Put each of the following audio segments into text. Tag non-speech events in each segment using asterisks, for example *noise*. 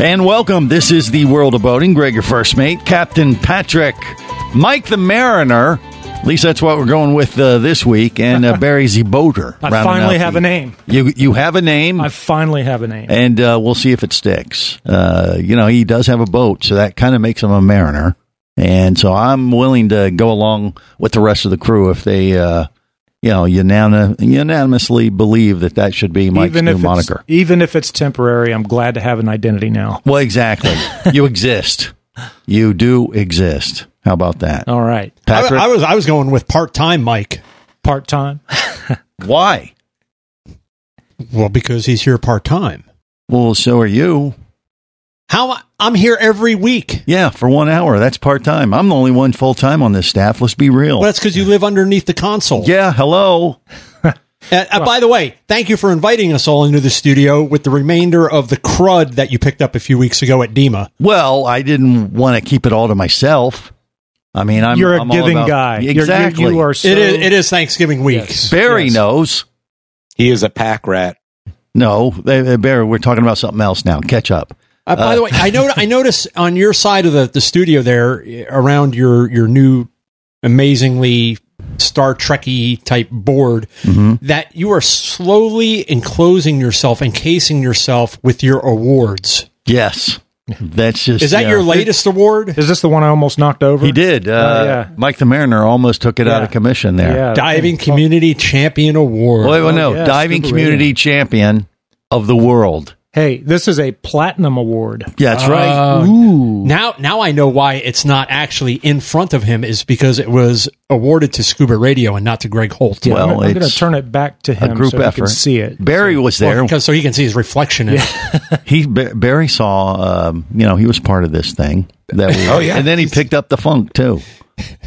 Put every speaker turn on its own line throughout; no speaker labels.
And welcome. This is the world of boating. Greg, your first mate, Captain Patrick, Mike the Mariner. At least that's what we're going with uh, this week. And
*laughs*
uh, Barry Z Boater.
I
rounding
finally
out
have a name.
You you have a name,
I finally have a name.
and uh, we'll see if it sticks. Uh, you know, he does have a boat, so that kind of makes him a mariner. And so I'm willing to go along with the rest of the crew if they, uh, you know, unani- unanimously believe that that should be Mike's
Even
new
if, it's,
moniker.
even if it's temporary, I'm glad to have an identity now.
Well,
*laughs*
exactly. you exist. You do exist. How about that?
All right.
I,
Patrick,
I was I was going with part time Mike.
Part time.
why?
Well, because he's here part time.
Well, so are you.
How I- I'm here every week.
Yeah, for one hour. That's part time. I'm the only one full time on this staff. Let's be real.
Well, that's because you live underneath the console.
yeah, hello.
Uh, uh, by the way, thank you for inviting us all into the studio with the remainder of the crud that you picked up a few weeks ago at DEMA.
Well, I didn't want to keep it all to myself. I mean, I'm
You're a
I'm all
giving
about-
guy. You're- you're-
Exactly.
you are so.
it is it is Thanksgiving week.
Yes.
Barry
Yes.
knows.
He is a pack rat.
No, they, they- Barry, we're talking about something else now. Catch up.
Uh, by the way, I know I notice on your side of the, the studio there eh, around your your new amazingly Star Trekky type board
Mm-hmm.
that you are slowly enclosing yourself, encasing yourself with your awards.
Yes, that's just
Is that
yeah. Uh,
your latest award?
Is this the one I almost knocked over?
He did. Uh,
Oh, yeah.
Mike the Mariner almost took it out
Yeah.
of commission there.
Yeah. Oh,
Diving Community Champion Award.
Well, well, no,
yeah,
diving
Scuba
community
Radio.
champion of the world.
Hey, this is a platinum award.
Yeah, that's
Oh,
right.
Ooh.
Now, now I know why it's not actually in front of him is because it was awarded to Scuba Radio and not to Greg Holt.
Yeah,
Well,
I'm, I'm going
it's
to turn it back to him
A group
so
effort.
he can see it.
Barry was there.
because so he can see his reflection in it.
he Ba- Barry saw. Um, you know, he was part of this thing. That we, *laughs* oh
yeah.
and then he picked up the funk too.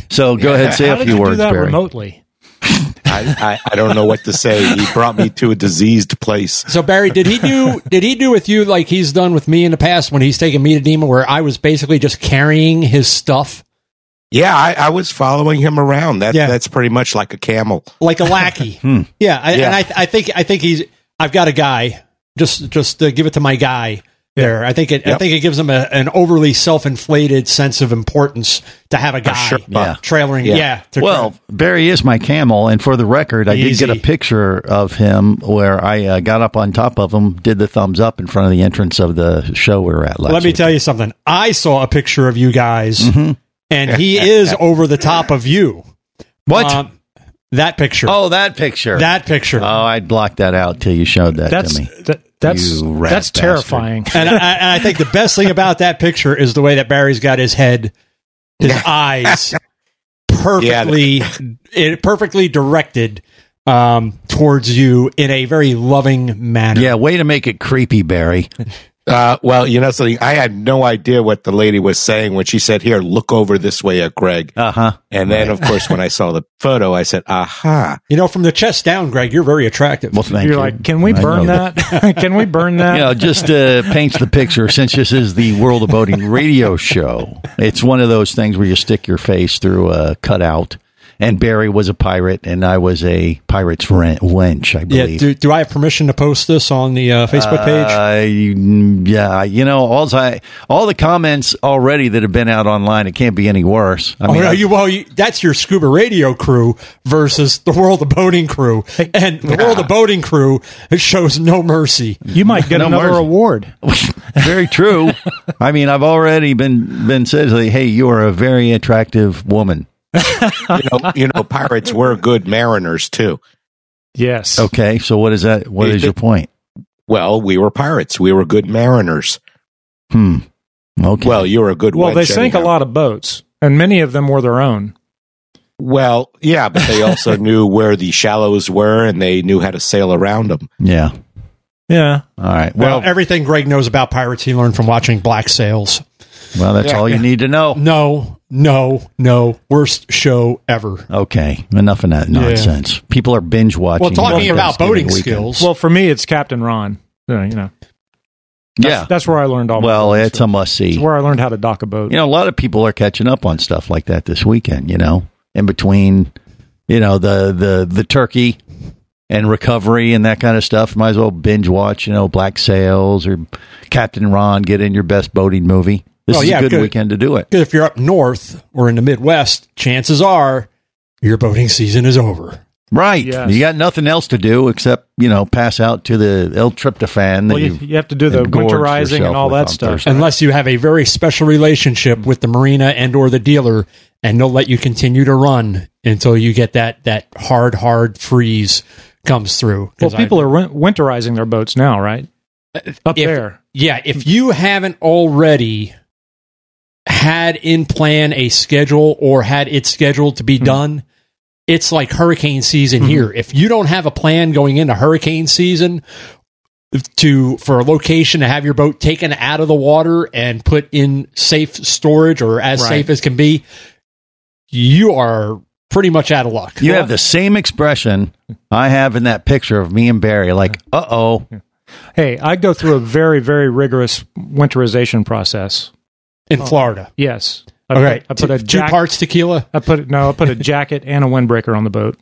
So go ahead, say
How
a
did
few
you
words,
do that
Barry.
remotely?
I, I, I don't know what to say. He brought me to a diseased place.
So Barry,
*laughs*
did he do did he do with you like he's done with me in the past when he's taken me to Dima where I was basically just carrying his stuff
Yeah, I, I was following him around. That
Yeah.
that's pretty much like a camel.
like a *laughs* lackey? Hmm. yeah, I,
Yeah.
and I I think I think he's I've got a guy. Just just uh, give it to my guy there. I think it I
Yep.
think it gives him a, an overly self inflated sense of importance to have a guy
Sherpa.
Yeah.
trailering. Yeah,
Yeah.
to-
Well, Barry is my camel, and for the record, I did
Easy.
get a picture of him where I uh, got up on top of him, did the thumbs up in front of the entrance of the show we were at last.
Let me
week.
tell you something. I saw a picture of you guys,
Mm-hmm. *laughs*
and he is over the top of you.
what?
Um, that picture.
oh, that picture.
that picture.
Oh, I'd blocked that out till you showed that
That's
to me.
that, that's
You rat
that's
bastard.
terrifying.
and, I, and I think the best thing about that picture is the way that Barry's got his head, his
*laughs*
eyes, perfectly, it perfectly directed um, towards you in a very loving manner.
Yeah, way to make it creepy, Barry.
Uh, well, you know something. I had no idea what the lady was saying when she said, "Here, look over this way at Greg."
Uh huh.
And then, of course, when I saw the photo, I said, "Aha!"
You know, from the chest down, Greg, you're very attractive.
Well, thank
You're
you.
like, can we
I know
burn that? *laughs* can we burn
*laughs*
that?
You know, just uh, paints the picture. Since this is the World of Boating radio show, it's one of those things where you stick your face through a cutout. And Barry was a pirate, and I was a pirate's rent, wench, I
yeah.
believe.
Do, do I have permission to post this on the uh, Facebook page?
Uh, you- yeah, you know, all I, all the comments already that have been out online, it can't be any worse. I
Oh, no,
I-
you, well, you, that's your scuba radio crew versus the world of boating crew. And the world of boating crew shows no mercy.
You might get
No
another
mercy.
award.
*laughs* very true. I mean, I've already been been said, like, "Hey, you are a very attractive woman."
You know, you know, pirates were good mariners too.
Yes.
Okay, so what is that? What is your point?
Well, we were pirates. We were good mariners.
Hmm. Okay.
Well, you're a good.
Well, they
wench
sank a
anyhow.
lot of boats, and many of them were their own.
Well, yeah, but they also knew where the shallows were and they knew how to sail around them.
Yeah.
Yeah.
All right.
Well,
Well,
everything Greg knows about pirates he learned from watching Black Sails.
well, that's all you need to know.
No, no, no. Worst show ever.
Okay. Enough of that nonsense. People are binge watching.
Well, talking
on
about
Thanksgiving
boating
weekend.
skills.
Well, for me, it's Captain Ron. Uh, You know, that's,
Yeah.
that's where I learned all. my
Well,
things.
it's a must see.
It's
You
where I learned how to dock a boat.
know, a lot of people are catching up on stuff like that this weekend. You know, in between, you know, the the the turkey and recovery and that kind of stuff. Might as well binge watch. You know, Black Sails or Captain Ron. Get in your best boating movie. This
Oh,
is
yeah,
a good
good.
weekend to do it.
Because if you're up north or in the Midwest, chances are your boating season is over.
Right.
Yes.
You got nothing else to do except, you know, pass out to the L tryptophan. that
Well, you,
you've
you have to do the
engorged
winterizing
yourself
and all
with
that
on
stuff.
Thursday.
Unless you have a very special relationship with the marina and or the dealer, and they'll let you continue to run until you get that that hard hard freeze comes through.
Well,
'Cause I-
people are win- winterizing their boats now, right? Up
if-
there.
Yeah, if you haven't already had in plan a schedule or had it scheduled to be
Hmm.
done, it's like hurricane season
Mm-hmm.
here. If you don't have a plan going into hurricane season to for a location to have your boat taken out of the water and put in safe storage or as
Right.
safe as can be, you are pretty much out of luck.
You have the same expression I have in that picture of me and Barry, like, uh oh.
Hey, I go through a very, very rigorous winterization process.
in Florida.
Yes. Oh. I
All right.
Put, I put a
two
jack-
parts tequila.
I put no. I put a jacket and a windbreaker on the boat.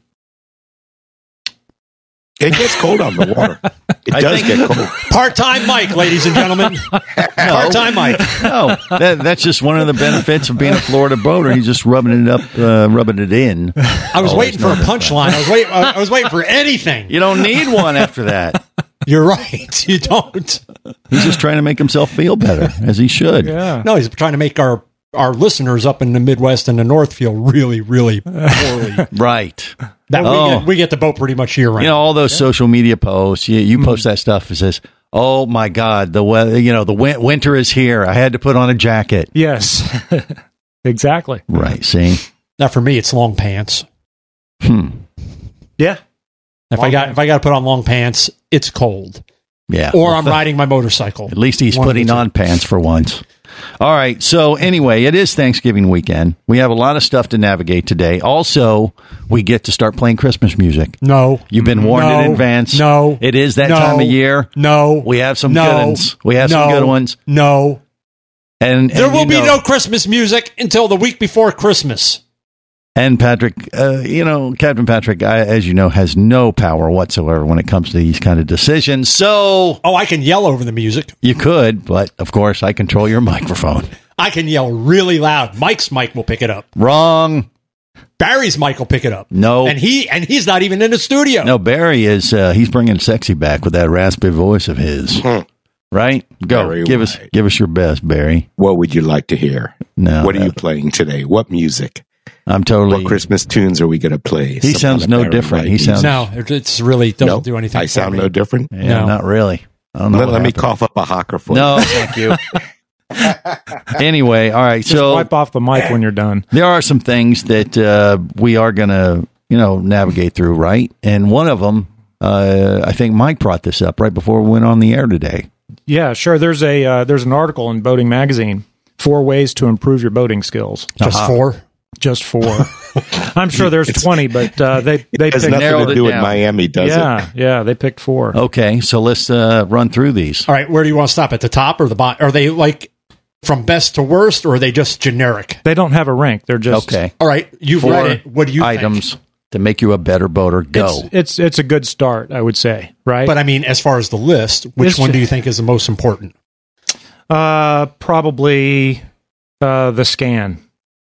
It gets cold on the water. It
I
does
think-
get cold.
Part time Mike, ladies and
*laughs*
gentlemen.
Oh.
Part time Mike.
No, that, that's just one of the benefits of being a Florida boater. He's just rubbing it up, uh, rubbing it in.
I was
Always
waiting for a
noticed that.
punchline. I was waiting. I was waiting for
*laughs*
anything.
You don't need one after that.
You're right. *laughs* You don't.
He's just trying to make himself feel better, as he should.
Yeah.
No, he's trying to make our our listeners up in the Midwest and the North feel
*laughs*
really, really poorly.
Right.
That we,
Oh.
get, we get the boat pretty much year round.
you know all those social media posts you, you post that stuff it says oh my god the weather you know the win- winter is here i had to put on a jacket
Yes. *laughs* exactly.
right see
now for me, it's long pants.
hmm.
Yeah.
If I got if I got to put on long pants, it's cold,
yeah
or
Well, *laughs*
I'm
th-
riding my motorcycle.
at least he's
One of the
putting
two.
on pants for once all right so anyway it is thanksgiving weekend we have a lot of stuff to navigate today also we get to start playing christmas music
No,
you've been warned
No.
in advance
No.
it is that
No.
time of year
No,
we have some
no,
good ones we have some
no,
good ones
No,
and
there
and
will
you
be
know-
no Christmas music until the week before Christmas.
And Patrick, uh, you know, Captain Patrick, I, as you know, has no power whatsoever when it comes to these kind of decisions. So
Oh, I can yell over the music.
you could, but of course, I control your microphone.
I can yell really loud. Mike's mic will pick it up.
Wrong.
Barry's mic will pick it up.
No.
and he and he's not even in the studio.
No, Barry is uh, he's bringing sexy back with that raspy voice of his.
Hmm.
Right? Go
Barry
give us
White.
give us your best, Barry.
What would you like to hear?
No,
what are
that-
you playing today? What music?
I'm totally.
What Christmas tunes are we going to play?
He sounds no different. He sounds-
No, it- it's really doesn't
Nope.
do anything.
I
for
sound
me.
no different.
Yeah,
No.
not really. I don't know.
Let,
what
let me
happened.
cough up a hawker for
No,
*laughs*
thank you. anyway, all right.
Just
so
wipe off the mic when you're done.
there are some things that uh, we are going to you know navigate through right and one of them uh, i think mike brought this up right before we went on the air today
Yeah, sure. There's a uh, there's an article in Boating Magazine. Four ways to improve your boating skills.
Just four.
Just four. *laughs* I'm sure there's 20, but uh, they they
It has
picked
nothing
narrowed it
to do with Oh.
down.
Miami, does it?
Yeah, yeah, they picked four.
okay so let's uh, run through these
All right, where do you want to stop? At the top or the bottom? Are they like from best to worst, or are they just generic?
They don't have a rank. They're just
okay
All right, you've
four
read it. What do you think?
items to make you a better boater go
It's, it's it's a good start, I would say. Right,
But I mean, as far as the list, which
It's
one
ju-
do you think is the most important?
uh, probably uh, the scan.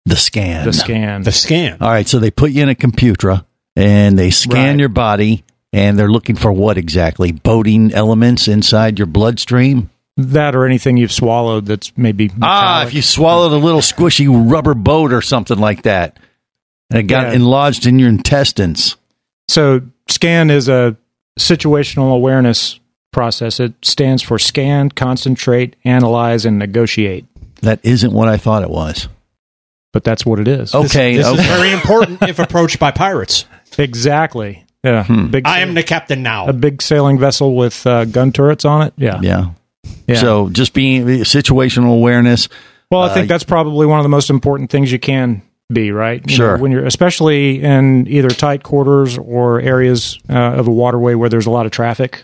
the scan
The scan.
The scan.
all right so they put you in a computer and they scan
Right.
your body and they're looking for what exactly boating elements inside your bloodstream
that or anything you've swallowed that's maybe
Ah,
metallic.
if you swallowed a little squishy rubber boat or something like that, and it got
Yeah.
enlarged in your intestines.
So SCAN is a situational awareness process. It stands for scan, concentrate, analyze, and negotiate.
That isn't what I thought it was.
but that's what it is.
Okay,
This is
*laughs*
okay.
very important if approached by pirates.
Exactly. Yeah.
Hmm.
Big
I am the captain now.
a big sailing vessel with uh, gun turrets on it. Yeah.
yeah.
Yeah.
So uh, just being situational awareness.
Well, I think that's probably one of the most important things you can be, right? You
Sure.
know, when you're, especially in either tight quarters or areas uh, of a waterway where there's a lot of traffic.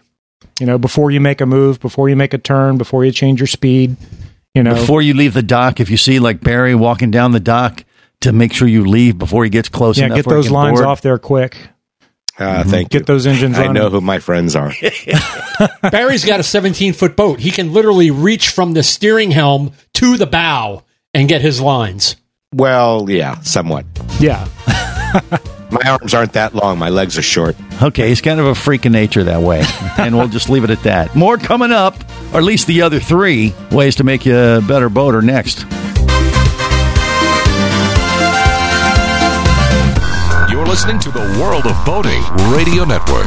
You know, before you make a move, before you make a turn, before you change your speed. You know,
Before you leave the dock, if you see like Barry walking down the dock, to make sure you leave before he gets close
yeah,
enough.
get
where he
those
can
lines
board.
off there quick.
Uh,
Mm-hmm.
Thank
Get
you.
those engines.
I
running.
know who my friends are.
Barry's got a 17 foot boat. He can literally reach from the steering helm to the bow and get his lines.
well, yeah, somewhat.
Yeah,
My arms aren't that long. My legs are short.
Okay, he's kind of a freak of nature that way. and we'll just leave it at that. More coming up, or at least the other three ways to make you a better boater next.
You're listening to the World of Boating Radio Network.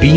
Be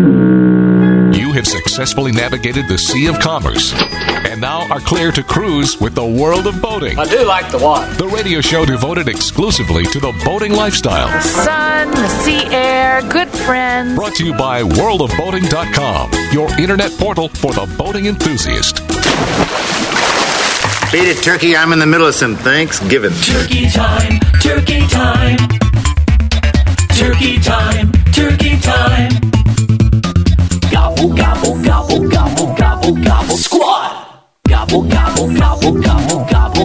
You have successfully navigated the Sea of Commerce and now are clear to cruise with the World of Boating,
I do like the water.
the radio show devoted exclusively to the boating lifestyle.
sun, the sea air, good friends.
Brought to you by worldofboating.com, your internet portal for the boating enthusiast.
Beat it, turkey. I'm in the middle of some Thanksgiving.
Turkey time, turkey time. Turkey time, turkey time. Gobble, gobble, gobble, gobble, gobble, gobble, squat. Gobble, gobble, gobble, gobble,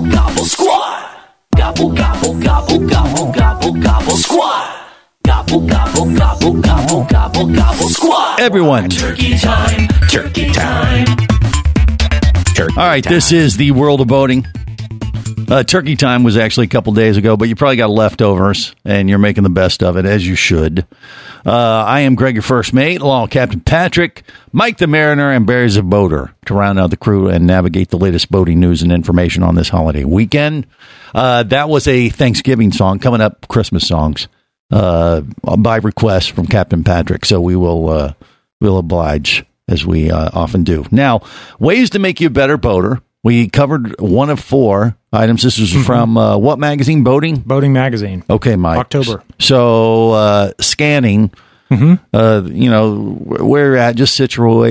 gobble, gobble, squat. Gobble, gobble, gobble, gobble, gobble, gobble, squat. Gobble, gobble, gobble, gobble, gobble, gobble, squat.
Everyone.
Turkey time, turkey time.
All right, this is the world of boating. Uh, turkey time was actually a couple days ago, but you probably got leftovers, and you're making the best of it as you should. Uh, I am Greg, your first mate, along with Captain Patrick, Mike the Mariner, and Barry the Boater to round out the crew and navigate the latest boating news and information on this holiday weekend. Uh, that was a Thanksgiving song coming up, Christmas songs uh, by request from Captain Patrick. So we will uh, will oblige as we uh, often do. Now, ways to make you a better boater. We covered one of four items. This is from uh, what magazine? Boating.
boating magazine.
Okay, Mike.
October. Mm-hmm.
So uh, scanning. Uh, you know where we're at just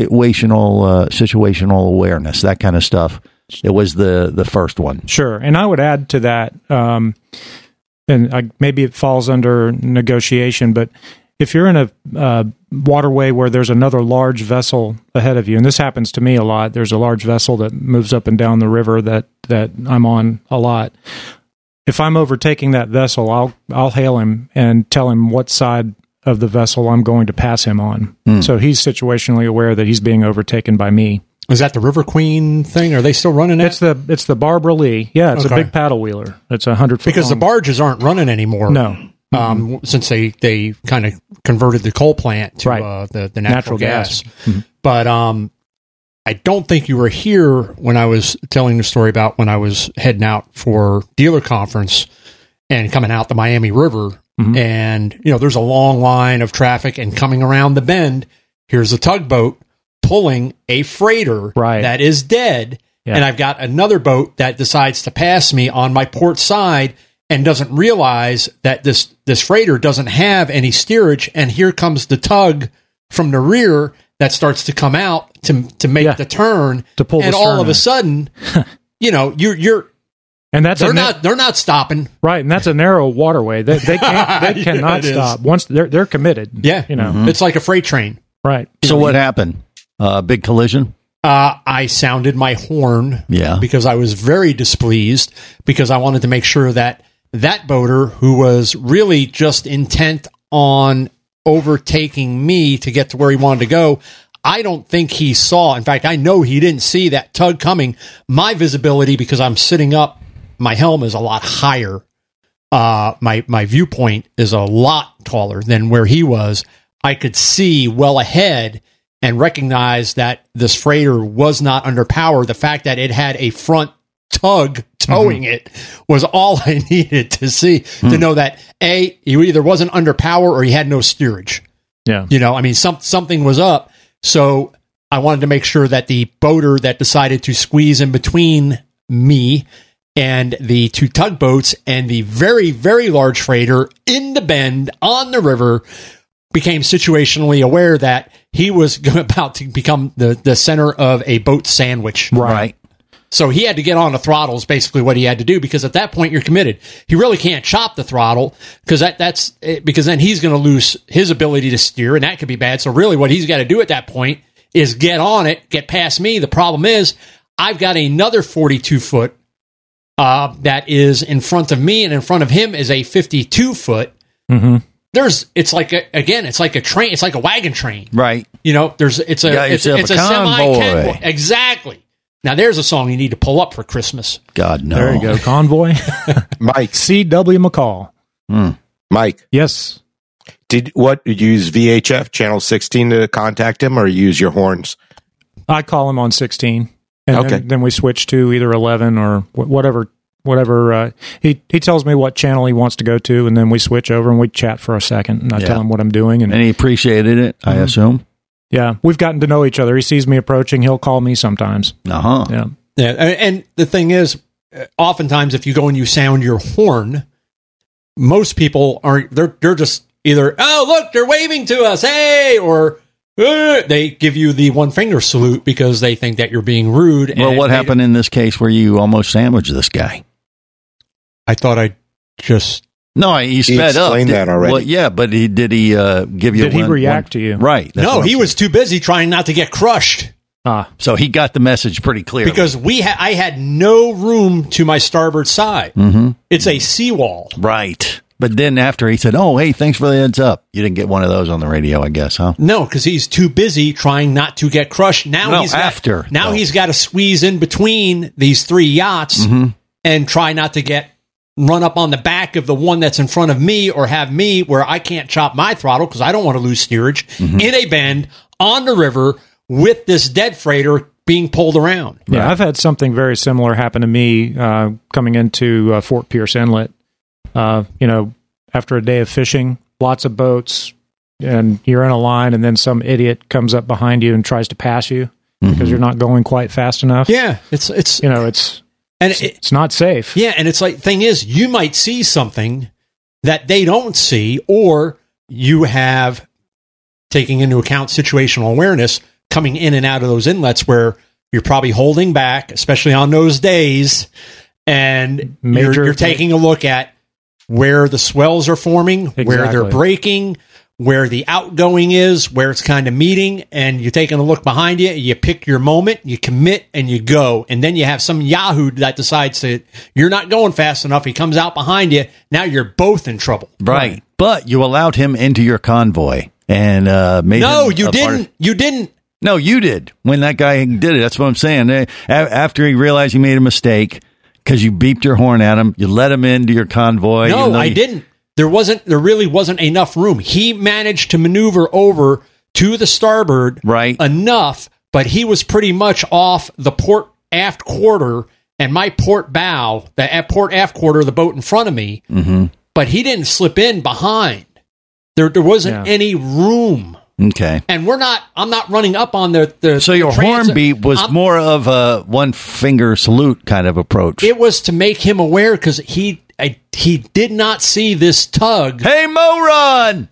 situational uh, situational awareness that kind of stuff. It was the the first one.
Sure. And I would add to that um, and I, maybe it falls under negotiation, but if you're in a uh, waterway where there's another large vessel ahead of you, and this happens to me a lot, there's a large vessel that moves up and down the river that that I'm on a lot. If I'm overtaking that vessel, I'll I'll hail him and tell him what side of the vessel I'm going to pass him on.
Hmm.
So he's situationally aware that he's being overtaken by me.
Is that the River Queen thing? Are they still running it?
It's the it's the Barbara Lee. Yeah, it's
Okay.
a big paddle wheeler. It's a hundred
because the barges aren't running anymore.
Um, No. Mm-hmm.
um, since they they kind of converted the coal plant to uh, the the natural,
Natural
gas.
gas. Mm-hmm.
But um, I don't think you were here when I was telling the story about when I was heading out for dealer conference and coming out the Miami River,
Mm-hmm.
and you know there's a long line of traffic, and coming around the bend, here's a tugboat pulling a freighter that is dead.
Yeah.
And I've got another boat that decides to pass me on my port side and doesn't realize that this this freighter doesn't have any steerage and here comes the tug from the rear that starts to come out to to make the turn
to pull
and
the
all
stern
of a
in. *laughs*
sudden you know you're you're
and that's a
they're
na-
not they're not stopping
Right, and that's a narrow waterway. They they,
*laughs*
can't,
Yeah,
they cannot
it is.
stop once they're they're committed.
yeah Mm-hmm.
you know.
it's like a freight train
Right.
So what happened? Uh, big collision.
uh, I sounded my horn
Yeah.
because I was very displeased because I wanted to make sure that that boater who was really just intent on overtaking me to get to where he wanted to go. I don't think he saw. In fact, I know he didn't see that tug coming. My visibility, because I'm sitting up, my helm is a lot higher uh, my my viewpoint is a lot taller than where he was. I could see well ahead and recognize that this freighter was not under power. The fact that it had a front tug towing it was all *laughs* I needed to see to know that a he either wasn't under power or he had no steerage.
Yeah.
You know, I mean, some something was up. So I wanted to make sure that the boater that decided to squeeze in between me and the two tugboats and the very very large freighter in the bend on the river became situationally aware that he was *laughs* about to become the the center of a boat sandwich.
Right.
So he had to get on the throttle is basically what he had to do because at that point you're committed. He really can't chop the throttle because that that's eh, because then he's going to lose his ability to steer and that could be bad. So really what he's got to do at that point is get on it, get past me. The problem is I've got another 42 foot uh, that is in front of me and in front of him is a 52 foot.
Mm-hmm.
There's it's like a, again it's like a train it's like a wagon train.
Right.
You know, there's it's a
Got
it's,
yourself
it's
a
a semi
convoy.
convoy. Exactly. Now there's a song you need to pull up for Christmas.
God no.
There you
*laughs*
go, convoy. *laughs*
Mike,
C. W. McCall.
Mike,
Yes.
did what did you use VHF channel 16 to contact him or use your horns?
I call him on 16, and
Okay.
then, then we switch to either 11 or wh- whatever. Whatever uh, he he tells me what channel he wants to go to, and then we switch over and we chat for a second, and I
Yeah.
tell him what I'm doing, and
And he appreciated it, I
Mm-hmm.
assume.
yeah, we've gotten to know each other. He sees me approaching, he'll call me sometimes.
Uh huh.
Yeah,
Yeah, and and the thing is, uh, oftentimes if you go and you sound your horn, most people aren't. They're they're just either oh look they're waving to us hey or "Uh," they give you the one finger salute because they think that you're being rude. and
Well, what
they-
happened in this case where you almost sandwiched this guy?
I thought I just
No, I- he sped up.
explained
Did-
that already.
Well, yeah, but he did he uh, give you?
Did he
one-
react
one-
to you?
Right. that's
no.
what I'm
He was too busy trying not to get crushed.
ah,
So he got the message pretty clear.
because we ha- I had no room to my starboard side.
hmm
It's a seawall.
right. But then after he said, "Oh, hey, thanks for the heads up," you didn't get one of those on the radio, I guess, huh?
No, because he's too busy trying not to get crushed. Now
No,
he's got-
after,
now
though.
he's got to squeeze in between these three yachts and try not to get run up on the back of the one that's in front of me or have me where I can't chop my throttle because I don't want to lose steerage in a bend on the river with this dead freighter being pulled around.
Yeah, I've had something very similar happen to me uh, coming into uh, Fort Pierce Inlet. Uh, you know, after a day of fishing, lots of boats, and you're in a line, and then some idiot comes up behind you and tries to pass you because you're not going quite fast enough.
Mm-hmm. Yeah, it's it's
You know, it's
and it,
it's not safe.
Yeah, and it's like thing is, you might see something that they don't see, or you have taking into account situational awareness coming in and out of those inlets where you're probably holding back, especially on those days, and
Major-
you're, you're taking a look at where the swells are forming, where they're
Exactly.
breaking, where the outgoing is, where it's kind of meeting, and you're taking a look behind you, you pick your moment, you commit, and you go. And then you have some Yahoo that decides that you're not going fast enough. He comes out behind you. Now you're both in trouble.
Right. But you allowed him into your convoy and uh, made
No,
him
you
a part of-
didn't. You didn't.
No, you did when that guy did it. That's what I'm saying. They- a- After he realized he made a mistake because you beeped your horn at him, you let him into your convoy. even
No,
though
I
you-
didn't. There wasn't. There really wasn't enough room. He managed to maneuver over to the starboard
right
enough, but he was pretty much off the port aft quarter and my port bow, the a- port aft quarter of the boat in front of me.
Mm-hmm.
But he didn't slip in behind. There, there wasn't
Yeah.
any room.
Okay.
And we're not. I'm not running up on the. the
So your
the transit.
horn beep was
I'm-
more of a one finger salute kind of approach.
It was to make him aware because he I, he did not see this tug.
Hey,
*laughs*
moron!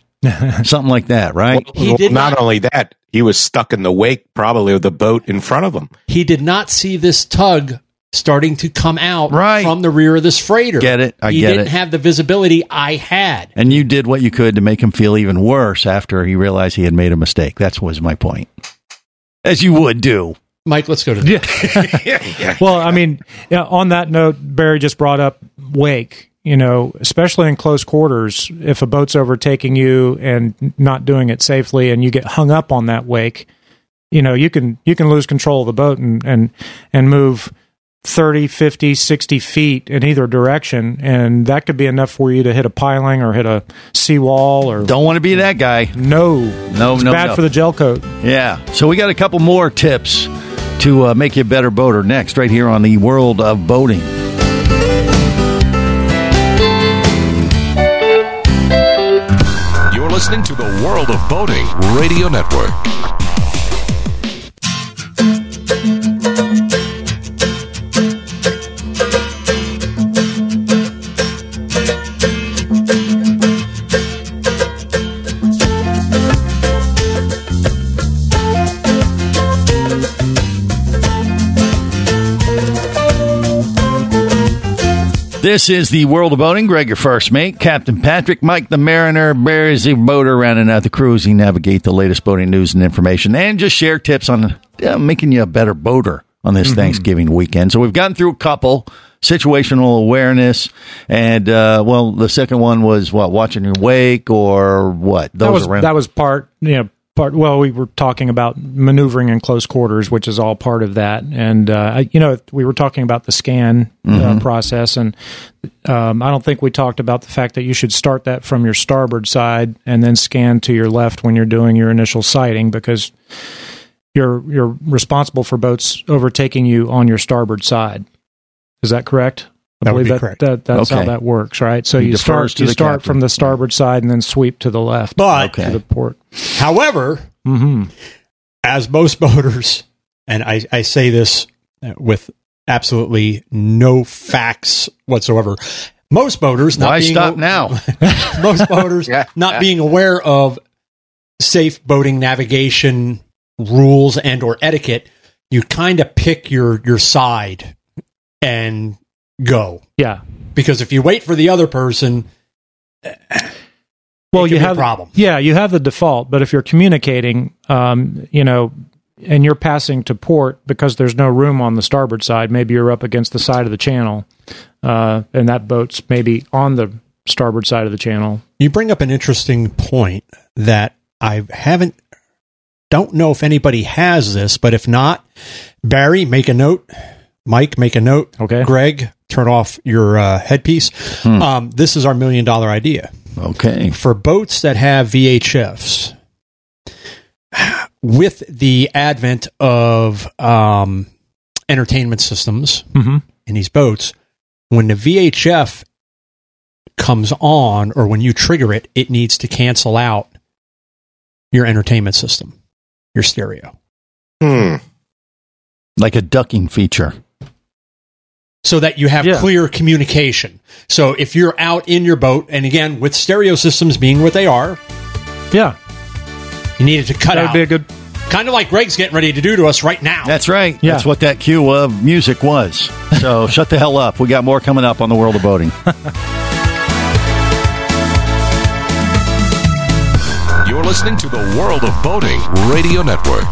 Something like that, right?
He did
not, only that, he was stuck in the wake probably of the boat in front of him.
He did not see this tug starting to come out from the rear of this freighter.
Get it? I
he
get
didn't
it.
have the visibility I had.
And you did what you could to make him feel even worse after he realized he had made a mistake. That was my point. As you would do.
Mike, let's go to
well, I mean, yeah, on that note, Barry just brought up wake. You know, especially in close quarters, if a boat's overtaking you and not doing it safely, and you get hung up on that wake, you know, you can you can lose control of the boat and and and move 30, 50, 60 feet in either direction, and that could be enough for you to hit a piling or hit a seawall or
don't want to be that guy.
No,
No,
it's
no,
bad
no.
for the gel coat.
Yeah. So we got a couple more tips to uh, make you a better boater next, right here on the world of boating.
You're listening to the World of Boating Radio Network.
This is the world of boating. Greg, your first mate, Captain Patrick, Mike the Mariner, Barry the boater, rounding out the crew as he navigate the latest boating news and information, and just share tips on uh, making you a better boater on
Mm-hmm.
this Thanksgiving weekend. So we've gotten through a couple situational awareness, and uh, well, the second one was what watching your wake or what
that was that was part you know part well we were talking about maneuvering in close quarters which is all part of that and uh, I- you know we were talking about the scan uh,
Mm-hmm.
Mhm.
process and um, I don't think we talked about the fact that you should start that from your starboard side and then scan to your left when you're doing your initial sighting because you're you're responsible for boats overtaking you on your starboard side is that correct I
That would
believe
be
that,
correct.
that that's how
Okay.
that works right so
He
you
defers
start
to
you
the
start
captain.
from the starboard side and then sweep to the left uh,
But-
to the port Mm-hmm.
However, as most *laughs* boaters, and I, I say this uh, with absolutely no facts whatsoever, most boaters not
Why
being
stop now?
*laughs*
*laughs*
most boaters not being aware of safe boating navigation rules and or etiquette, you kind of pick your your side and go.
Yeah,
because if you wait for the other person,
well
could
you
be a
have
problem.
yeah you have the default but if you're communicating um, you know and you're passing to port because there's no room on the starboard side maybe you're up against the side of the channel uh, and that boat's maybe on the starboard side of the channel
You bring up an interesting point that I haven't, don't know if anybody has this, but if not, Barry, make a note. Mike, make a note.
Okay.
Greg, turn off your uh, headpiece. Um, this is our million dollar idea.
Okay.
For boats that have VHFs, with the advent of um, entertainment systems
Mm-hmm.
in these boats, when the VHF comes on or when you trigger it, it needs to cancel out your entertainment system, your stereo.
Hmm.
Like a ducking feature.
So that you have clear communication. So if you're out in your boat, and again, with stereo systems being what they are,
yeah,
you needed to cut
That would
out.
be a good,
kind of like Greg's getting ready to do to us right now.
That's right. That's what that cue of
*laughs*
music was. So shut the hell up. We got more coming up on the world of boating.
listening to the World of Boating Radio Network.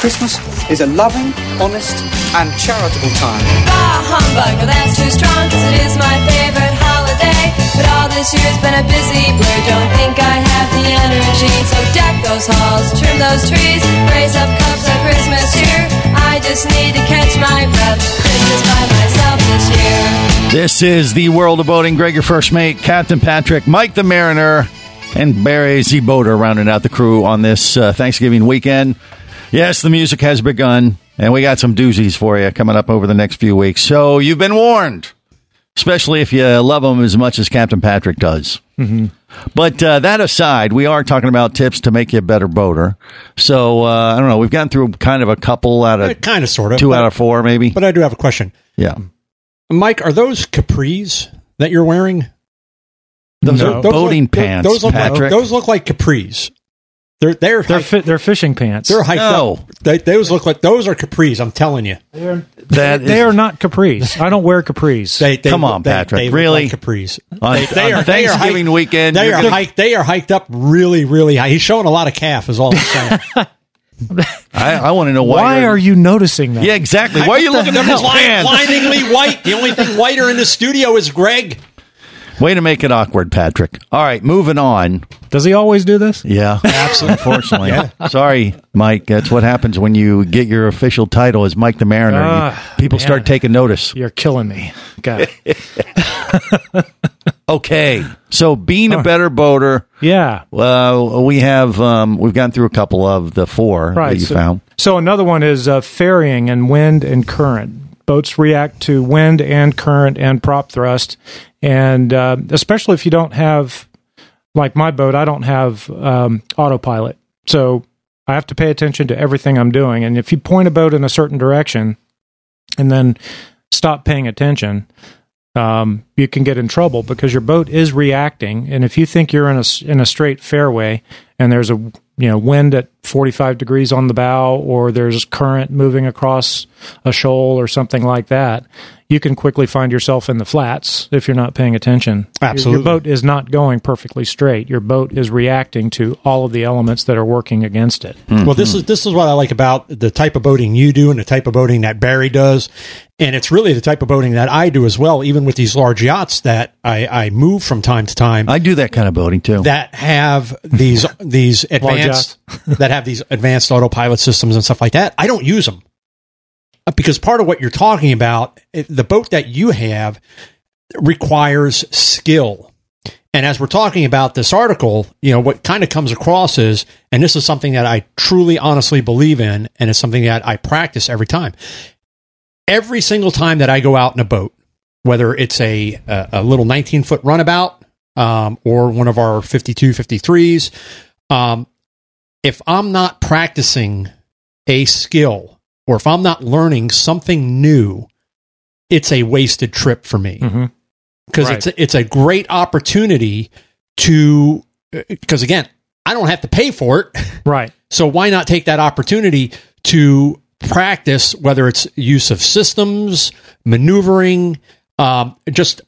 Christmas is a loving, honest, and charitable time.
Bah humbug, well, that's too strong, cause it is my favorite holiday. But all this year's been a busy blur, don't think I have the energy. So deck those halls, trim those trees, raise up cups of Christmas cheer. I just need to catch my breath, Christmas by myself this year.
This is the world of boating. Greg, your first mate, Captain Patrick, Mike the Mariner, and Barry Z. Boater rounding out the crew on this uh, Thanksgiving weekend. Yes, the music has begun, and we got some doozies for you coming up over the next few weeks. So you've been warned, especially if you love them as much as Captain Patrick does.
Mm-hmm.
But uh, that aside, we are talking about tips to make you a better boater. So uh, I don't know. We've gotten through kind of a couple out of
kind of sort of
two
but-
out of four, maybe.
But I do have a question.
Yeah.
Mike, are those capris that you're wearing?
Those
No.
are boating
look,
pants,
Those look like
Patrick.
those look like capris. They're they're
They're fi- they're fishing pants.
they're hiked
No.
up. They, those look like those are capris. I'm telling you,
That
they
is-
are not capris. I don't wear capris.
they, they
Come on,
they-
Patrick,
they look
really?
like capris.
on, on Thanksgiving
hiked-
weekend.
They
you're
are
gonna-
hiked. They are hiked up really, really high. He's showing a lot of calf. Is all I'm saying.
I, I want to know why.
Why
you're-
are you noticing that?
Yeah, exactly. *laughs* Why are you looking at
They're
those
blind,
pants?
blindingly white. The only thing whiter in the studio is Greg.
Way to make it awkward, Patrick. All right, moving on.
Does he always do this?
Yeah, absolutely. Unfortunately, sorry, Mike. That's what happens when you get your official title as Mike the Mariner. You-
Ah,
people
man.
start taking notice.
You're killing me.
*laughs*
God.
Okay, so being a better boater.
Yeah.
Well, we have um, we've gone through a couple of the four that
Right.
you
so,
found.
so another one is uh, ferrying and wind and current. Boats react to wind and current and prop thrust, and uh, especially if you don't have, like my boat, I don't have um, autopilot, so I have to pay attention to everything I'm doing. And if you point a boat in a certain direction and then stop paying attention, um, you can get in trouble because your boat is reacting. And if you think you're in a s- in a straight fairway and there's a you know wind at 45 degrees on the bow, or there's current moving across a shoal or something like that, you can quickly find yourself in the flats if you're not paying attention. Your-
Absolutely.
your boat is not going perfectly straight. Your boat is reacting to all of the elements that are working against it.
Well, this is this is what I like about the type of boating you do and the type of boating that Barry does, and it's really the type of boating that I do as well. Even with these large yachts that I, I move from time to time,
I do that kind of boating too.
that have these these advanced that have these advanced autopilot systems and stuff like that. I don't use them Uh, because part of what you're talking about, it- the boat that you have requires skill. And as we're talking about this article, you know, what kind of comes across is, and this is something that I truly honestly believe in, and it's something that I practice every time. Every single time that I go out in a boat, whether it's a, a, a little 19 foot runabout um, or one of our 52, 53s, um, if I'm not practicing a skill or if I'm not learning something new, it's a wasted trip for me
Mhm.
because
Right.
it's a, it's a great opportunity to because again I don't have to pay for it, *laughs*
Right.
so why not take that opportunity to practice whether it's use of systems, maneuvering, um, just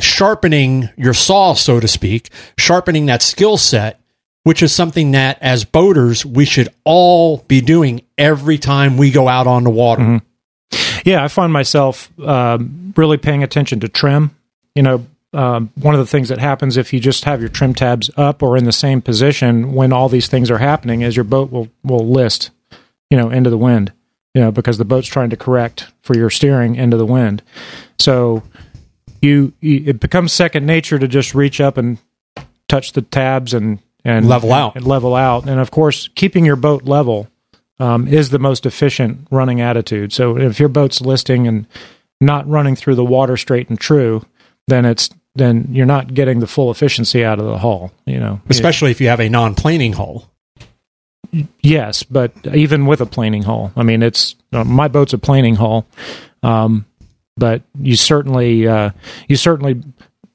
sharpening your saw, so to speak, sharpening that skill set, which is something that as boaters we should all be doing every time we go out on the water.
Yeah, I find myself um, really paying attention to trim. You know, um, one of the things that happens if you just have your trim tabs up or in the same position when all these things are happening is your boat will will list, you know, into the wind. You know, because the boat's trying to correct for your steering into the wind. So you, you it becomes second nature to just reach up and touch the tabs and and
Level out.
and level out. And of course, keeping your boat level um, is the most efficient running attitude. So if your boat's listing and not running through the water straight and true, then it's then you're not getting the full efficiency out of the hull. You know,
Especially if you have a non-planing hull.
yes, but even with a planing hull, I mean, it's uh, my boat's a planing hull, um, but you certainly uh, you certainly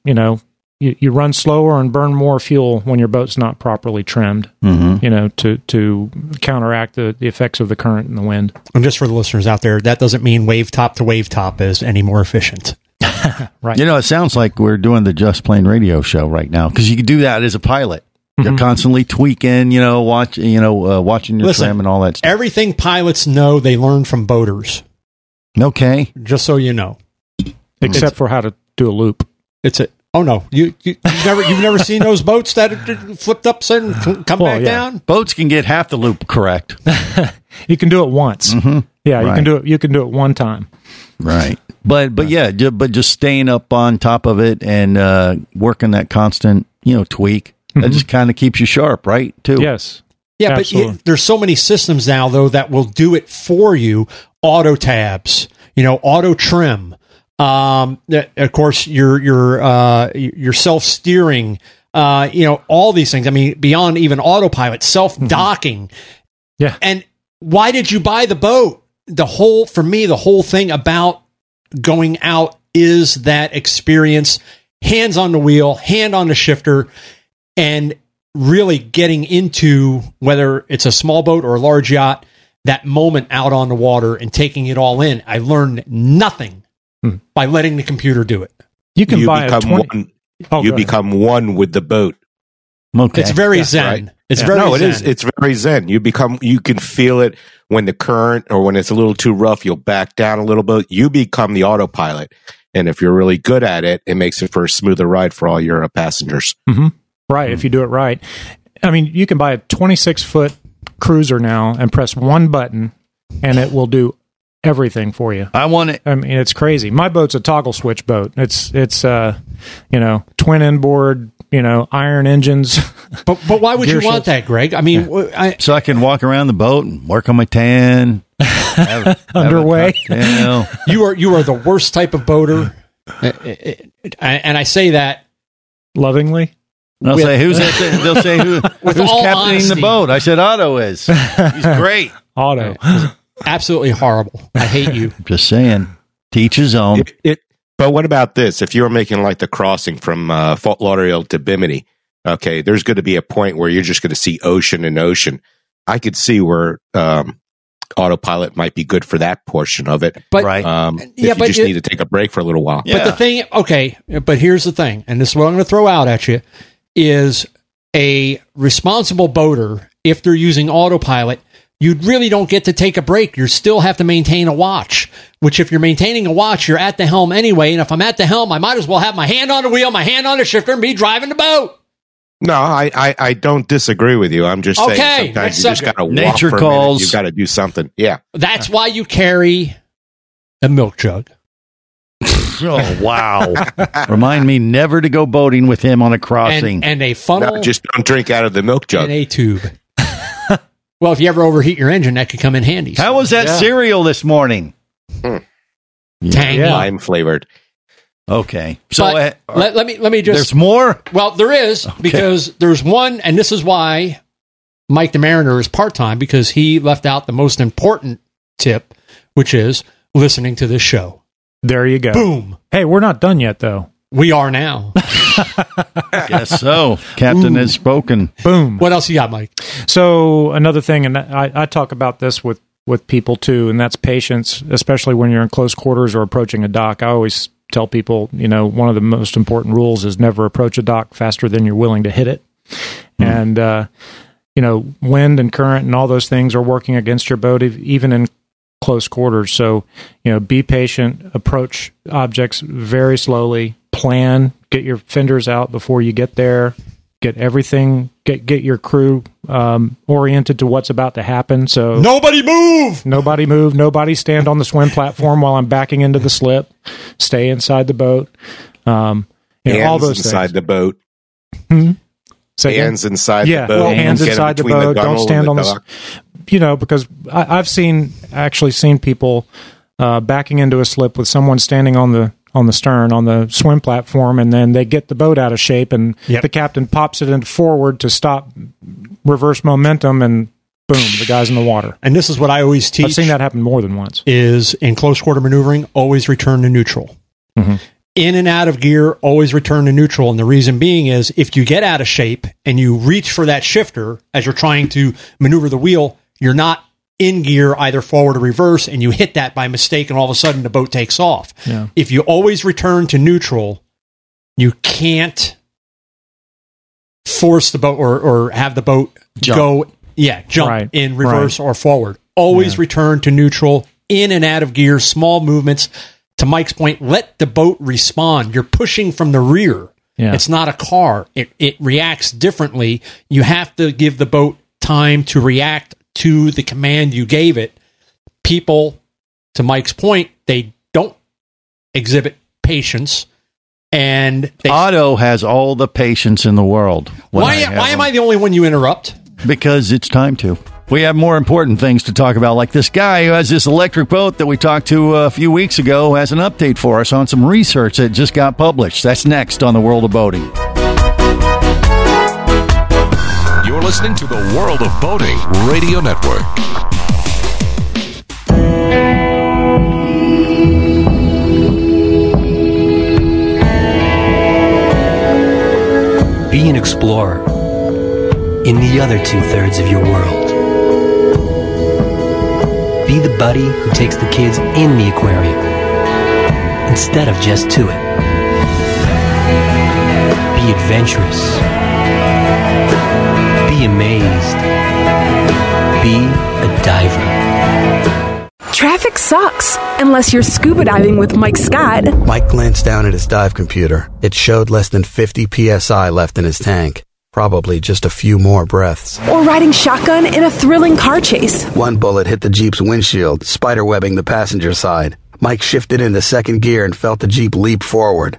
you know you, you run slower and burn more fuel when your boat's not properly trimmed.
Mhm.
You know, to to counteract the, the effects of the current and the wind.
And just for the listeners out there, that doesn't mean wave top to wave top is any more efficient.
You know, it sounds like we're doing the Just Plain Radio show right now because you can do that as a pilot. You're constantly tweaking, you know, watch, you know, uh, watching your
Listen,
trim and all that. stuff.
Everything pilots know they learn from boaters.
Okay,
just so you know.
Except for how to do a loop.
It's a oh no you, you you've never you've never seen those boats that are flipped up and come back down.
Boats can get half the loop correct.
You can do it once. Yeah, you
Right.
can do it. You can do it one time.
Right. But but yeah, ju- but just staying up on top of it and uh, working that constant, you know, tweak. That just kind of keeps you sharp, right? Too.
Yes.
Yeah,
Absolutely.
but it, there's so many systems now though that will do it for you. Auto tabs, you know, auto trim. Um, that- of course, your your uh, your self steering. Uh, you know, all these things. I mean, beyond even autopilot, self docking.
Yeah.
And why did you buy the boat? The whole for me, the whole thing about going out is that experience hands on the wheel, hand on the shifter, and really getting into whether it's a small boat or a large yacht, that moment out on the water and taking it all in. I learned nothing
Hmm.
by letting the computer do it.
You can buy a
become
20
one.
Oh,
you
go ahead.
become one with the boat.
Okay.
It's very zen. It's very
no, it is.
zen.
It's very zen. You become. You can feel it when the current or when it's a little too rough. You'll back down a little bit. You become the autopilot, and if you're really good at it, it makes it for a smoother ride for all your uh, passengers.
hmm Right, if you do it right. I mean, you can buy a 26 foot cruiser now and press one button, and it will do everything for you.
I want it.
I mean, it's crazy. My boat's a toggle switch boat. It's it's uh, you know, twin inboard, you know, iron engines. *laughs*
But but why would you
Gear
want
shifts.
that, Greg? I mean, w- I,
So I can walk around the boat and work on my tan. have- have a
Underway.
cocktail.
you are you are the worst type of boater,
Hmm.
Eh, eh, eh, and I say that
lovingly.
And I'll
With-
say
*laughs*
who's that? They'll say who,
With
who's
all
captaining
honesty.
the boat. I said Otto is. He's great.
Auto.
absolutely horrible. I hate you.
Just saying. Teach his
Hmm.
own.
It, it, but what about this? If you're making like the crossing from uh, Fort Lauderdale to Bimini, okay, there's going to be a point where you're just going to see ocean and ocean. I could see where um, autopilot might be good for that portion of it.
But-
Right.
um,
Yeah,
if
but
you just
it-
need to take a break for a little while.
But the thing, okay, but here's the thing, and this is what I'm going to throw out at you is a responsible boater, if they're using autopilot, you really don't get to take a break. You still have to maintain a watch, which if you're maintaining a watch, you're at the helm anyway. And if I'm at the helm, I might as well have my hand on the wheel, my hand on the shifter, and be driving the boat.
No, I, I, I don't disagree with you. I'm just
Okay,
saying
next
sometimes you just
subject.
got to walk
Nature
for a
calls.
Minute. You've got to do something. Yeah.
That's why you carry a milk jug.
Oh, wow. Remind me never to go boating with him on a crossing.
And, and a funnel
No, just don't drink out of the milk jug.
and a tube. *laughs* well, if you ever overheat your engine, that could come in handy.
How was that cereal this morning?
Tangy.
Lime flavored.
Okay. So uh,
But let, let me let me just
there's more?
well there is because there's one and this is why Mike the Mariner is part time because he left out the most important tip, which is listening to this show.
There you go.
Boom.
Hey, we're not done yet though.
We are now.
Yes, so. Captain has spoken.
Boom.
what else you got, Mike?
So another thing, and I, I talk about this with with people too, and that's patience, especially when you're in close quarters or approaching a dock. I always tell people, you know, one of the most important rules is never approach a dock faster than you're willing to hit it,
Hmm.
and uh, you know, wind and current and all those things are working against your boat, ev- even in close quarters. So, you know, be patient, approach objects very slowly, plan, get your fenders out before you get there, get everything, get get your crew um, oriented to what's about to happen. So
Nobody move.
nobody move, nobody stand on the swim platform while I'm backing into the slip. Stay inside the boat. Um, you know,
Hands
all those
inside
things.
the boat.
Say again?
Hands inside
yeah,
the boat.
well, hands
Get in
inside the
between
boat. don't
gunnel and
stand on the,
dock.
s- you know, because I, I've seen actually seen people uh, backing into a slip with someone standing on the on the stern on the swim platform, and then they get the boat out of shape, and
Yep.
the captain pops it in forward to stop reverse momentum, and boom, the guy's in the water.
And this is what I always
I've
teach
seen that happen more than once. Mm-hmm.
is in close quarter maneuvering, always return to neutral. in and out of gear, always return to neutral. And the reason being is if you get out of shape and you reach for that shifter as you're trying to maneuver the wheel, you're not in gear either forward or reverse, and you hit that by mistake, and all of a sudden the boat takes off.
Yeah.
If you always return to neutral, you can't force the boat or, or have the boat
Jump.
go, yeah, jump
Right.
in reverse
Right.
or forward. Always return to neutral, in and out of gear, small movements. To Mike's point, let the boat respond. You're pushing from the rear.
Yeah.
It's not a car. It it reacts differently. You have to give the boat time to react to the command you gave it. People, to Mike's point, they don't exhibit patience and they
Otto has all the patience in the world. when
why,
have
why am
him.
I the only one you interrupt?
Because it's time to. We have more important things to talk about, like this guy who has this electric boat that we talked to a few weeks ago who has an update for us on some research that just got published. That's next on the World of Boating.
You're listening to the World of Boating Radio Network.
Be an explorer in the other two thirds of your world. Be the buddy who takes the kids in the aquarium instead of just to it. Be adventurous. Be amazed. Be a diver.
Traffic sucks, unless you're scuba diving with Mike Scott.
Mike glanced down at his dive computer. It showed less than 50 psi left in his tank. Probably just a few more breaths.
Or riding shotgun in a thrilling car chase.
One bullet hit the Jeep's windshield, spiderwebbing the passenger side. Mike shifted into second gear and felt the Jeep leap forward.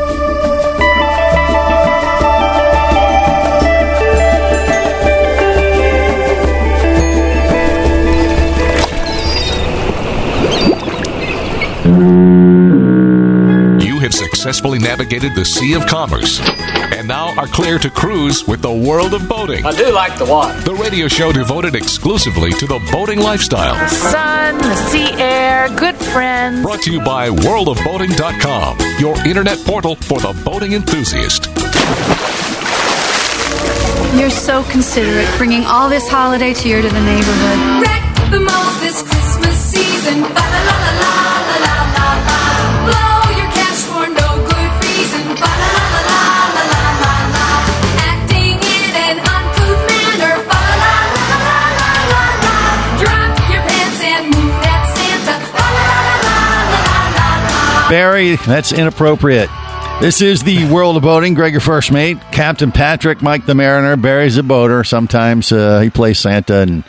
You have successfully navigated the Sea of Commerce and now are clear to cruise with the World of Boating. I do like the water. The radio show devoted exclusively to the boating lifestyle.
Sun, the sea air, good friends.
Brought to you by worldofboating.com, your internet portal for the boating enthusiast.
You're so considerate, bringing all this holiday cheer to the neighborhood.
Wreck the most this Christmas season. Ba la la la la la la la la. Blow your cash for no good reason. Ba la la la la la la la la. Acting in an uncouth manner. Ba la la la la la la la. Drop your pants and move at Santa. Ba la la la la la la la la.
Barry, that's inappropriate. This is the world of boating. Greg, your first mate, Captain Patrick, Mike the Mariner. Barry's a boater. Sometimes uh, he plays Santa and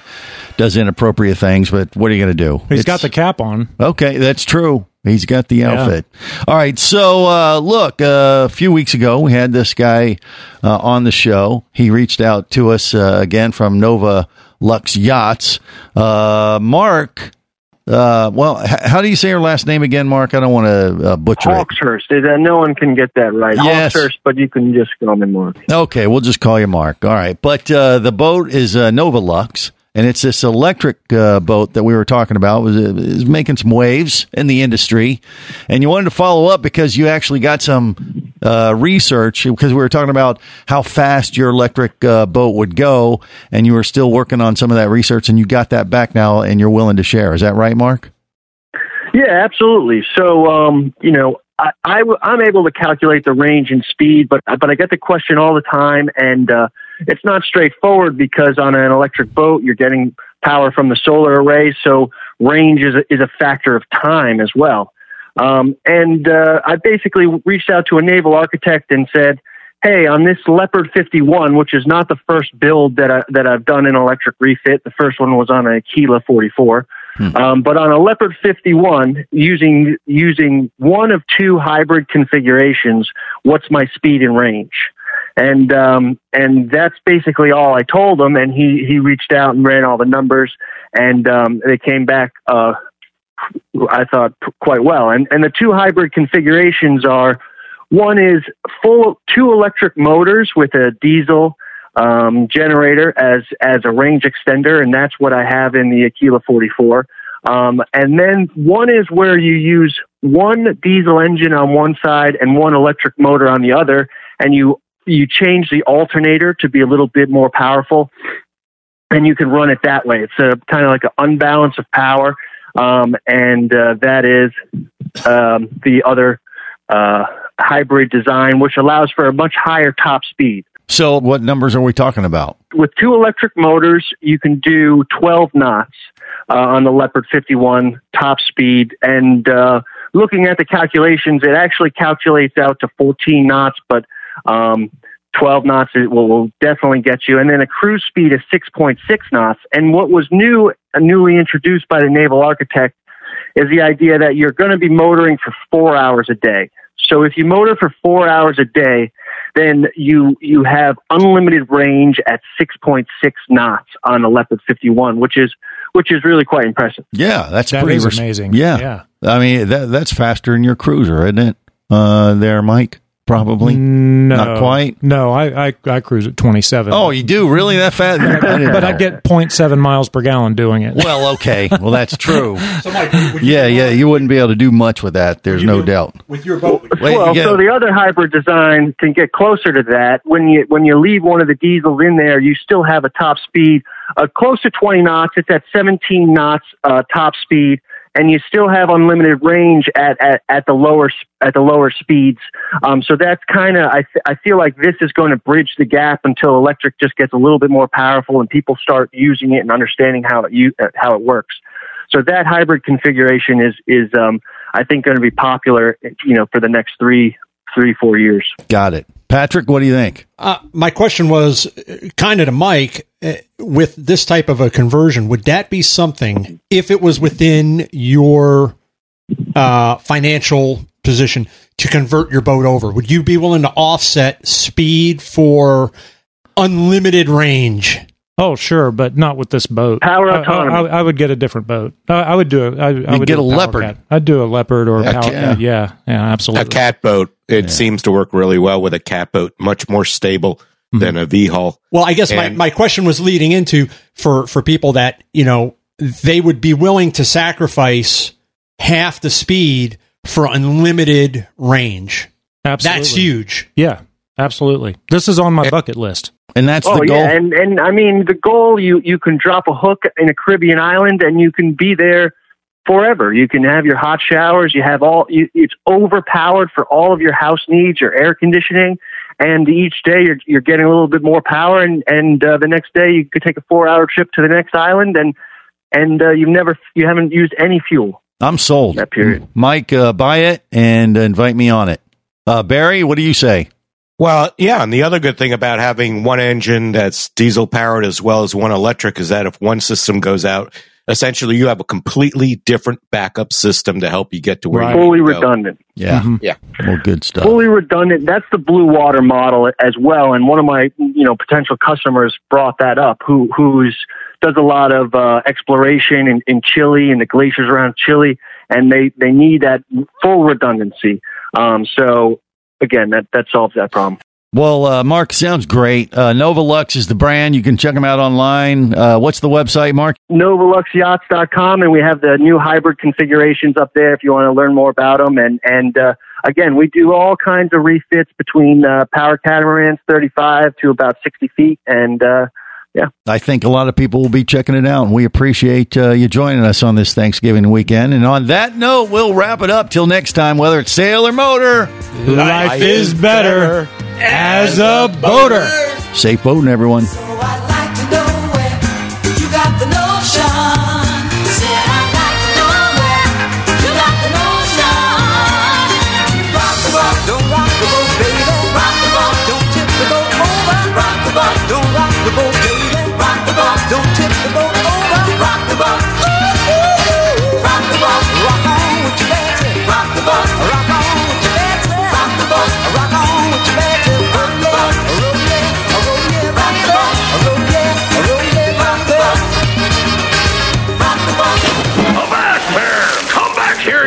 does inappropriate things, but what are you going to do?
He's
It's-
got the cap on.
Okay, that's true. He's got the
Yeah.
outfit. All right. So, uh, look, uh, a few weeks ago, we had this guy uh, on the show. He reached out to us uh, again from Nova Lux Yachts. Uh, Mark, uh, well, h- how do you say her last name again, Mark? I don't want to uh, butcher it.
Hawkshurst. Is that no one can get that right?
Yes.
Hawkshurst, but you can just call me Mark.
Okay, we'll just call you Mark. All right. But uh, the boat is uh, Nova Lux, and it's this electric uh, boat that we were talking about was is making some waves in the industry, and you wanted to follow up because you actually got some uh, research because we were talking about how fast your electric uh, boat would go, and you were still working on some of that research, and you got that back now, and you're willing to share. Is that right, Mark?
Yeah, absolutely. So, um, you know, I, I w- I'm able to calculate the range and speed, but but I get the question all the time, and uh, it's not straightforward because on an electric boat, you're getting power from the solar array, so range is a, is a factor of time as well. Um, and uh, I basically reached out to a naval architect and said, "Hey, on this Leopard 51, which is not the first build that I, that I've done in electric refit, the first one was on an Aquila 44." Um, but on a Leopard 51, using using one of two hybrid configurations, what's my speed and range? And um, and that's basically all I told him. And he he reached out and ran all the numbers, and um, they came back. Uh, I thought p- quite well. And and the two hybrid configurations are one is full two electric motors with a diesel um, generator as as a range extender, and that's what I have in the Aquila 44. Um, and then one is where you use one diesel engine on one side and one electric motor on the other, and you you change the alternator to be a little bit more powerful, and you can run it that way. It's a kind of uh, like an unbalance of power, um, and uh, that is um, the other uh, hybrid design, which allows for a much higher top speed.
So, what numbers are we talking about?
with two electric motors, you can do 12 knots uh, on the Leopard 51 top speed. And uh, looking at the calculations, it actually calculates out to 14 knots, but um, 12 knots it will, will definitely get you. And then a cruise speed of 6.6 knots. And what was new, uh, newly introduced by the naval architect, is the idea that you're going to be motoring for four hours a day. So if you motor for four hours a day, then you you have unlimited range at 6.6 knots on a Leopard 51, which is which is really quite impressive.
Yeah, that's
That
pretty
is
res-
amazing.
Yeah.
Yeah.
I mean that that's faster than your cruiser, isn't it? Uh, there, Mike. Probably
No,
not quite.
No, I, I, I cruise at 27.
Oh, you do really that fast?
*laughs* but
*laughs*
*laughs*
I get 0.7 miles per gallon doing it.
Well, okay. Well, that's
*laughs*
true. *laughs* yeah, yeah. You wouldn't be able to do much with that. There's no doubt.
With your boat,
Wait,
well,
yeah.
so the other hybrid design can get closer to that. When you when you leave one of the diesels in there, you still have a top speed uh, close to 20 knots. It's at 17 knots uh, top speed, and you still have unlimited range at, at, at the lower s- at the lower speeds. Um, so that's kind of I, th- I feel like this is going to bridge the gap until electric just gets a little bit more powerful and people start using it and understanding how it u- uh, how it works. So that hybrid configuration is is um, I think going to be popular, you know, for the next three three four years.
Got it. Patrick, what do you think?
Uh, my question was kind of to Mike uh, with this type of a conversion, would that be something if it was within your uh, financial position to convert your boat over? Would you be willing to offset speed for unlimited range?
Oh, sure, but not with this boat.
Power
I- I-
autonomy.
I, I, would get a different boat. I, I would do a. I, I
You'd
would
get
do
a
Power
Leopard.
Cat. I'd do a leopard or a
Heck
power,
yeah.
yeah. yeah, absolutely.
A cat boat. It seems to work really well with a cat boat, much more stable than a V hull.
Well, I guess my,
And-
my question was leading into for, for people that, you know, they would be willing to sacrifice half the speed for unlimited range.
Absolutely.
That's huge.
Yeah, absolutely. This is on my bucket list.
And that's
oh yeah, and and I mean the goal you you can drop a hook in a Caribbean island and you can be there forever. You can have your hot showers. You have all. You, it's overpowered for all of your house needs, your air conditioning, and each day you're you're getting a little bit more power. And and uh, the next day you could take a four hour trip to the next island and and uh, you've never you haven't used any fuel.
I'm sold. That period. Mike, uh, buy it and invite me on it. Uh, Barry, what do you say?
Well, yeah, and the other good thing about having one engine that's diesel powered as well as one electric is that if one system goes out, essentially you have a completely different backup system to help you get to where you
Fully
need to go.
redundant.
Yeah.
Yeah.
Well, good stuff.
Fully redundant. That's the blue water model as well. And one of my you know potential customers brought that up. Who who's does a lot of uh, exploration in, in Chile and the glaciers around Chile, and they they need that full redundancy. Um, so again, that that solves that problem.
Well, uh, Mark, sounds great. Uh, Nova Lux is the brand. You can check them out online. Uh, what's the website, Mark?
NovaluxYachts.com, and we have the new hybrid configurations up there if you want to learn more about them. And and uh, again, we do all kinds of refits between uh, power catamarans, 35 to about 60 feet, and uh, yeah,
I think a lot of people will be checking it out, and we appreciate uh, you joining us on this Thanksgiving weekend. And on that note, we'll wrap it up till next time, whether it's sail or motor.
Life is better as a boater.
Safe boating, everyone.
You got the notion. Said I'd like to know where you got the notion. Rock the boat, don't rock the boat, baby. Rock the boat, don't tip the boat over. Rock the boat, don't rock the boat, baby. Rock the boat, don't tip the boat over. Rock the boat. Rock the boat, rock on with your baby. Rock the boat, rock on with your baby. Rock the boat, rock on with your baby. Rock the boat, roll it, roll it, rock the boat, roll it, roll it, rock the boat.
Come back here,